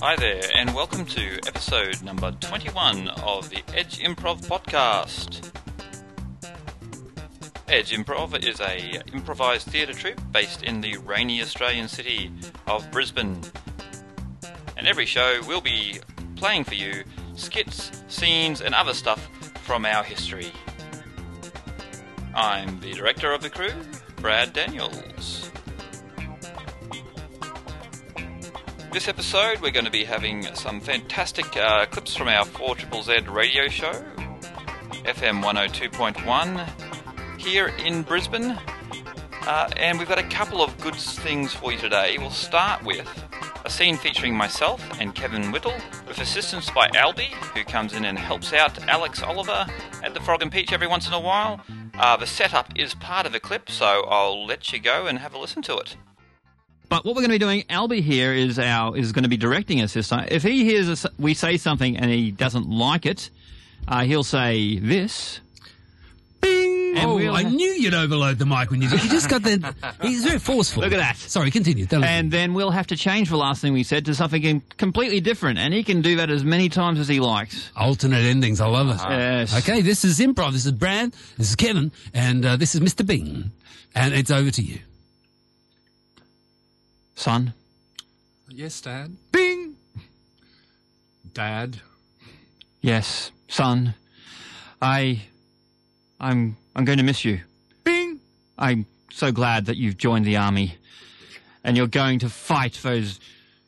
Hi there, and welcome to episode number 21 of the Edge Improv Podcast. Edge Improv is a improvised theatre troupe based in the rainy Australian city of Brisbane. And every show we'll be playing for you skits, scenes, and other stuff from our history. I'm the director of the crew, Brad Daniels. This episode, we're going to be having some fantastic uh, clips from our 4 Z radio show, FM 102.1, here in Brisbane. Uh, and we've got a couple of good things for you today. We'll start with a scene featuring myself and Kevin Whittle, with assistance by Albie, who comes in and helps out Alex Oliver at the Frog and Peach every once in a while. Uh, the setup is part of the clip, so I'll let you go and have a listen to it. But what we're going to be doing, Albie here is our is going to be directing us this time. If he hears us, we say something and he doesn't like it, uh, he'll say this. Bing. And Oh, we'll I ha- knew you'd overload the mic when you did. You just got the. He's very forceful. Look at that. Sorry, continue. Don't and then we'll have to change the last thing we said to something com- completely different, and he can do that as many times as he likes. alternate endings. I love it. Yes. Uh, Okay, this is improv. This is Brad. This is Kevin, and uh, this is Mr. Bing. And it's over to you. Son, Yes, Dad. Bing. Dad. Yes, son. I, I'm, I'm going to miss you. Bing. I'm so glad that you've joined the army, and you're going to fight those,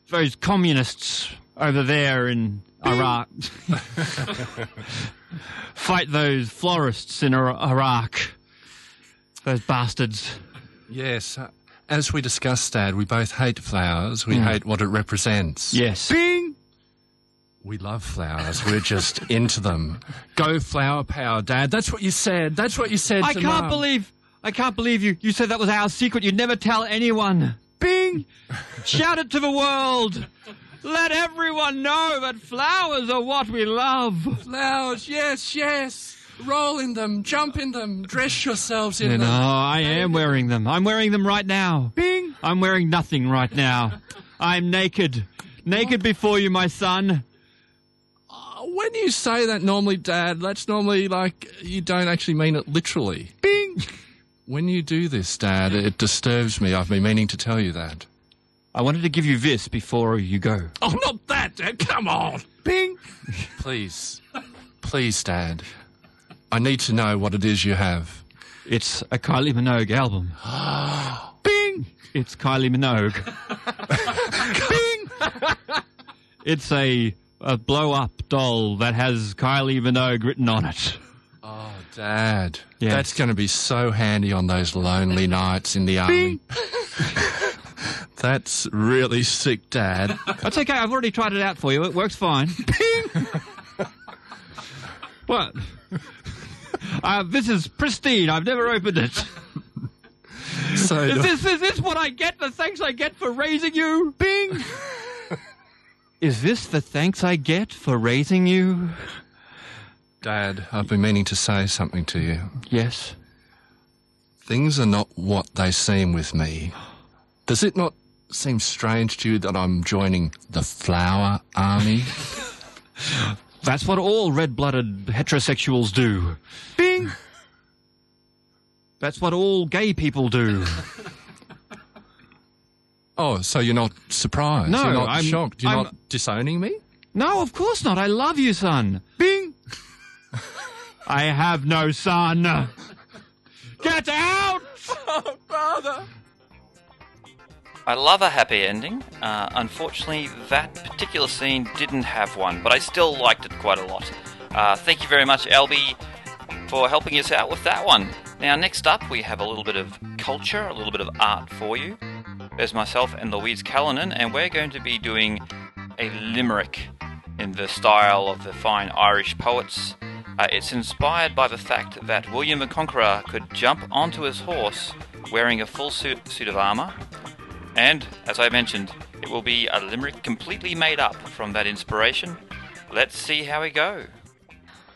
those communists over there in Iraq. fight those florists in Ira- Iraq. Those bastards. Yes. uh, As we discussed, Dad, we both hate flowers. We hate what it represents. Yes. Bing. We love flowers. We're just into them. Go flower power, Dad. That's what you said. That's what you said. I to can't Mum. believe. I can't believe you. You said that was our secret. You'd never tell anyone. Bing! Shout it to the world. Let everyone know that flowers are what we love. Flowers, yes, yes. Roll in them, jump in them, dress yourselves in No, them. I am wearing them. I'm wearing them right now. Bing! I'm wearing nothing right now. I'm naked. Naked before you, my son. Uh, When you say that normally, Dad, that's normally like you don't actually mean it literally. Bing! When you do this, Dad, it disturbs me. I've been meaning to tell you that. I wanted to give you this before you go. Oh, not that, Dad. Come on. Bing. Please. Please, Dad. I need to know what it is you have. It's a Kylie Minogue album. Bing! It's Kylie Minogue. Bing! it's a, a blow up doll that has Kylie Minogue written on it. Oh, Dad. Yes. That's going to be so handy on those lonely nights in the army. That's really sick, Dad. That's okay, I've already tried it out for you. It works fine. Bing! what? Uh, this is pristine. I've never opened it. So, Is this, is this what I get? The thanks I get for raising you? Bing! is this the thanks I get for raising you? Dad, I've been meaning to say something to you. Yes. Things are not what they seem with me. Does it not seem strange to you that I'm joining the flower army? That's what all red blooded heterosexuals do. Bing! That's what all gay people do. Oh, so you're not surprised? No, you're not I'm- shocked. You're I'm- not disowning me. No, of course not. I love you, son. Bing! I have no son. Get out! I love a happy ending. Uh, unfortunately, that particular scene didn't have one, but I still liked it quite a lot. Uh, thank you very much, Albie, for helping us out with that one. Now, next up, we have a little bit of culture, a little bit of art for you. There's myself and Louise Callanan, and we're going to be doing a limerick in the style of the fine Irish poets. Uh, it's inspired by the fact that William the Conqueror could jump onto his horse wearing a full suit, suit of armour, and, as I mentioned, it will be a limerick completely made up from that inspiration. Let's see how we go.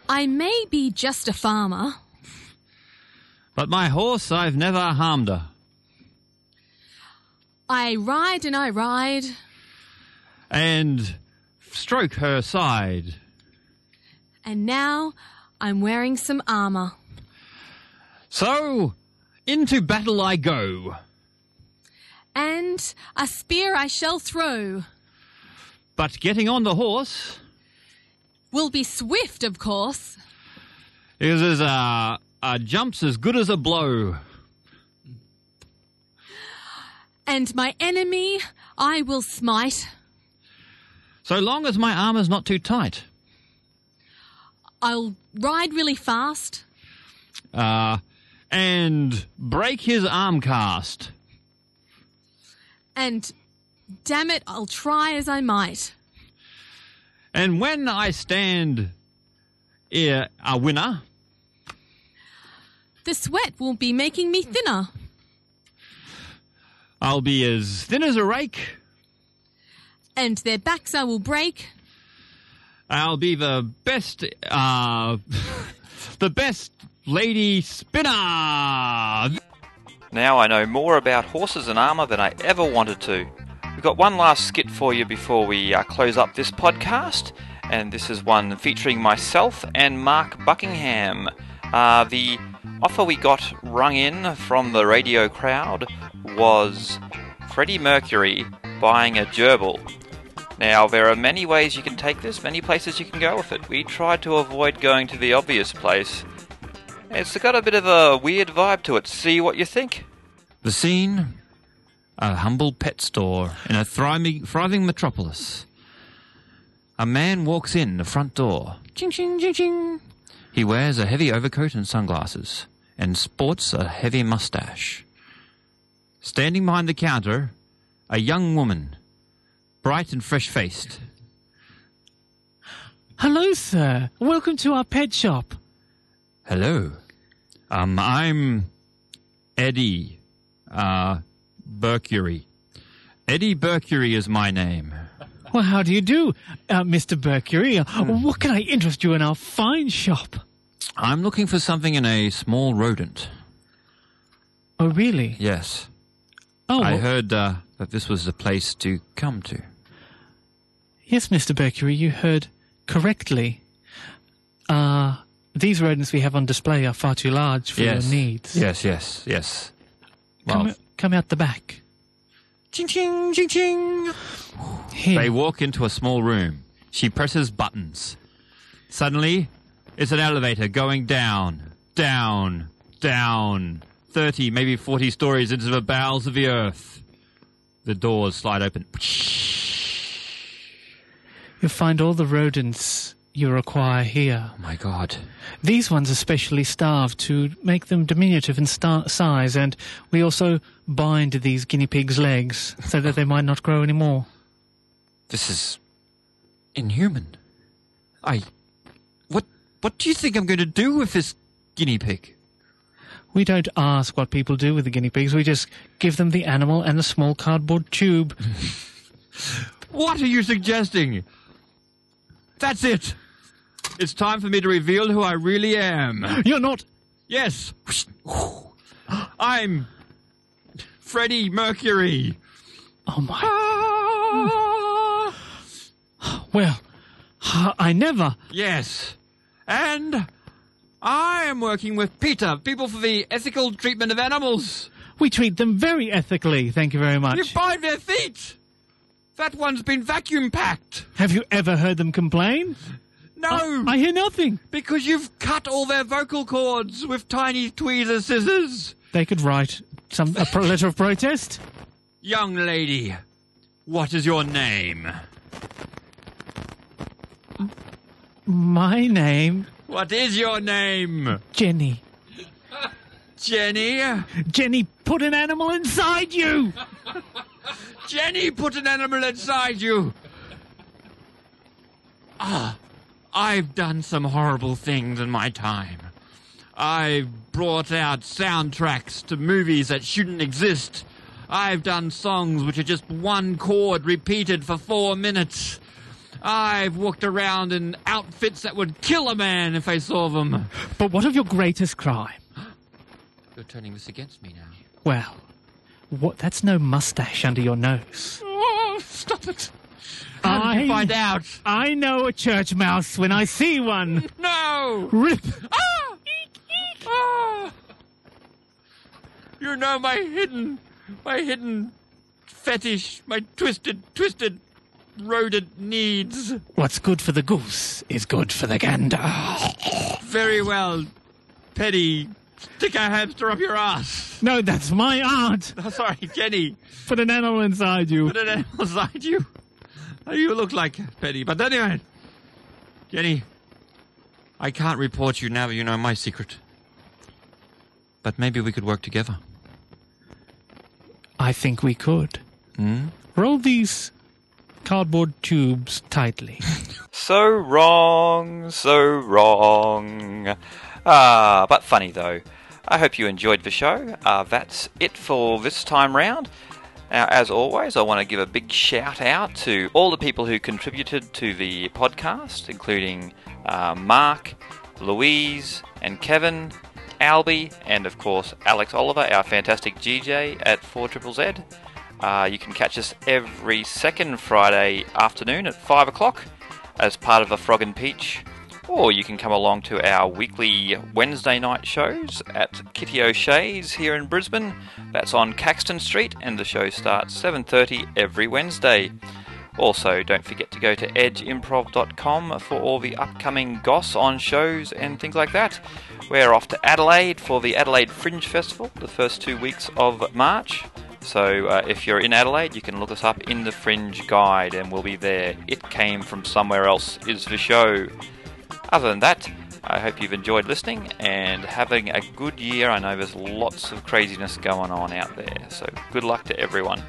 I may be just a farmer, But my horse, I've never harmed her. I ride and I ride, And stroke her side. And now I'm wearing some armor. So, into battle I go. And a spear I shall throw. But getting on the horse, Will be swift, of course. is as a, a jump's as good as a blow. And my enemy I will smite. So long as my armor's not too tight. I'll ride really fast. Uh, and break his arm cast. And damn it, I'll try as I might. And when I stand eh, a winner, The sweat will be making me thinner. I'll be as thin as a rake. And their backs I will break. I'll be the best, uh, the best lady spinner. Now I know more about horses and armour than I ever wanted to. We've got one last skit for you before we uh, close up this podcast, and this is one featuring myself and Mark Buckingham. Uh, the offer we got rung in from the radio crowd was Freddie Mercury buying a gerbil. Now, there are many ways you can take this, many places you can go with it. We tried to avoid going to the obvious place. It's got a bit of a weird vibe to it. See what you think. The scene a humble pet store in a thriving, thriving metropolis. A man walks in the front door. Ching, ching, ching, ching. He wears a heavy overcoat and sunglasses and sports a heavy mustache. Standing behind the counter, a young woman, bright and fresh faced. Hello, sir. Welcome to our pet shop. Hello. Um, I'm Eddie uh, Mercury. Eddie Mercury is my name. Well, how do you do, uh, Mr. Mercury? Uh, Hmm. What can I interest you in our fine shop? I'm looking for something in a small rodent. Oh, really? Yes. Oh, I well, heard uh, that this was the place to come to. yes, Mr. Mercury, you heard correctly. Uh, these rodents we have on display are far too large for yes. your needs. Yes, yes, yes. Well, Come, come out the back. ching, ching, ching, ching. Here. They walk into a small room. She presses buttons. Suddenly, it's an elevator going down, down, down, 30, maybe 40 stories into the bowels of the earth. The doors slide open. You'll find all the rodents you require here. Oh my god. These ones are specially starved to make them diminutive in star- size, and we also bind these guinea pigs' legs so that they might not grow any more. This is inhuman. I what what do you think I'm going to do with this guinea pig? We don't ask what people do with the guinea pigs, we just give them the animal and a small cardboard tube. Mm-hmm. What are you suggesting? That's it. It's time for me to reveal who I really am. You're not. Yes. I'm Freddie Mercury. Ah. Oh my. Well, I never. Yes. And I am working with Peter, People for the Ethical Treatment of Animals. We treat them very ethically, thank you very much. You bind their feet. That one's been vacuum packed. Have you ever heard them complain? No, I hear nothing. because you've cut all their vocal cords with tiny tweezer scissors. They could write some a pro- letter of protest. Young lady, what is your name? My name, What is your name? Jenny. Jenny? Jenny, put an animal inside you. Jenny, put an animal inside you! Ah, I've done some horrible things in my time. I've brought out soundtracks to movies that shouldn't exist. I've done songs which are just one chord repeated for four minutes. I've walked around in outfits that would kill a man if I saw them. But what of your greatest crime? You're turning this against me now. Well, what? That's no mustache under your nose. Oh, stop it. How did I- you find out? I know a church mouse when I see one. No! Rip. Ah! Ah! You know my hidden, my hidden fetish, my twisted, twisted, rodent needs. What's good for the goose is good for the gander. Very well, Penny. Stick a hamster up your ass. No, that's my art. Oh, sorry, Jenny. Put an animal inside you. Put an animal inside you. Oh, You look like Penny, but anyway, Jenny. I can't report you now. You know my secret. But maybe we could work together. I think we could. Roll these cardboard tubes tightly. So wrong, so wrong. Ah, but funny though. I hope you enjoyed the show. Uh, that's it for this time round. Now, as always, I want to give a big shout out to all the people who contributed to the podcast, including uh, Mark, Louise, and Kevin, Albie, and of course Alex Oliver, our fantastic GJ at 4ZZZ. Uh, you can catch us every second Friday afternoon at 5 o'clock as part of the Frog and Peach, or you can come along to our weekly Wednesday night shows at Kitty O'Shea's here in Brisbane. That's on Caxton Street, and the show starts 7:30 every Wednesday. Also, don't forget to go to edgeimprov.com for all the upcoming goss on shows and things like that. We're off to Adelaide for the Adelaide Fringe Festival the first two weeks of March. So, uh, if you're in Adelaide, you can look us up in the Fringe Guide and we'll be there. It came from somewhere else, is the show. Other than that, I hope you've enjoyed listening and having a good year. I know there's lots of craziness going on out there, so good luck to everyone.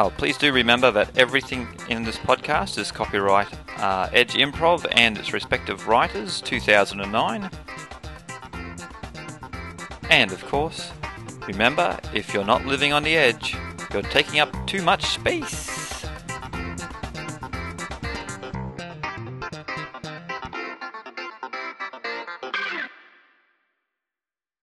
Oh, please do remember that everything in this podcast is copyright uh, Edge Improv and its respective writers 2009. And of course, remember if you're not living on the edge, you're taking up too much space.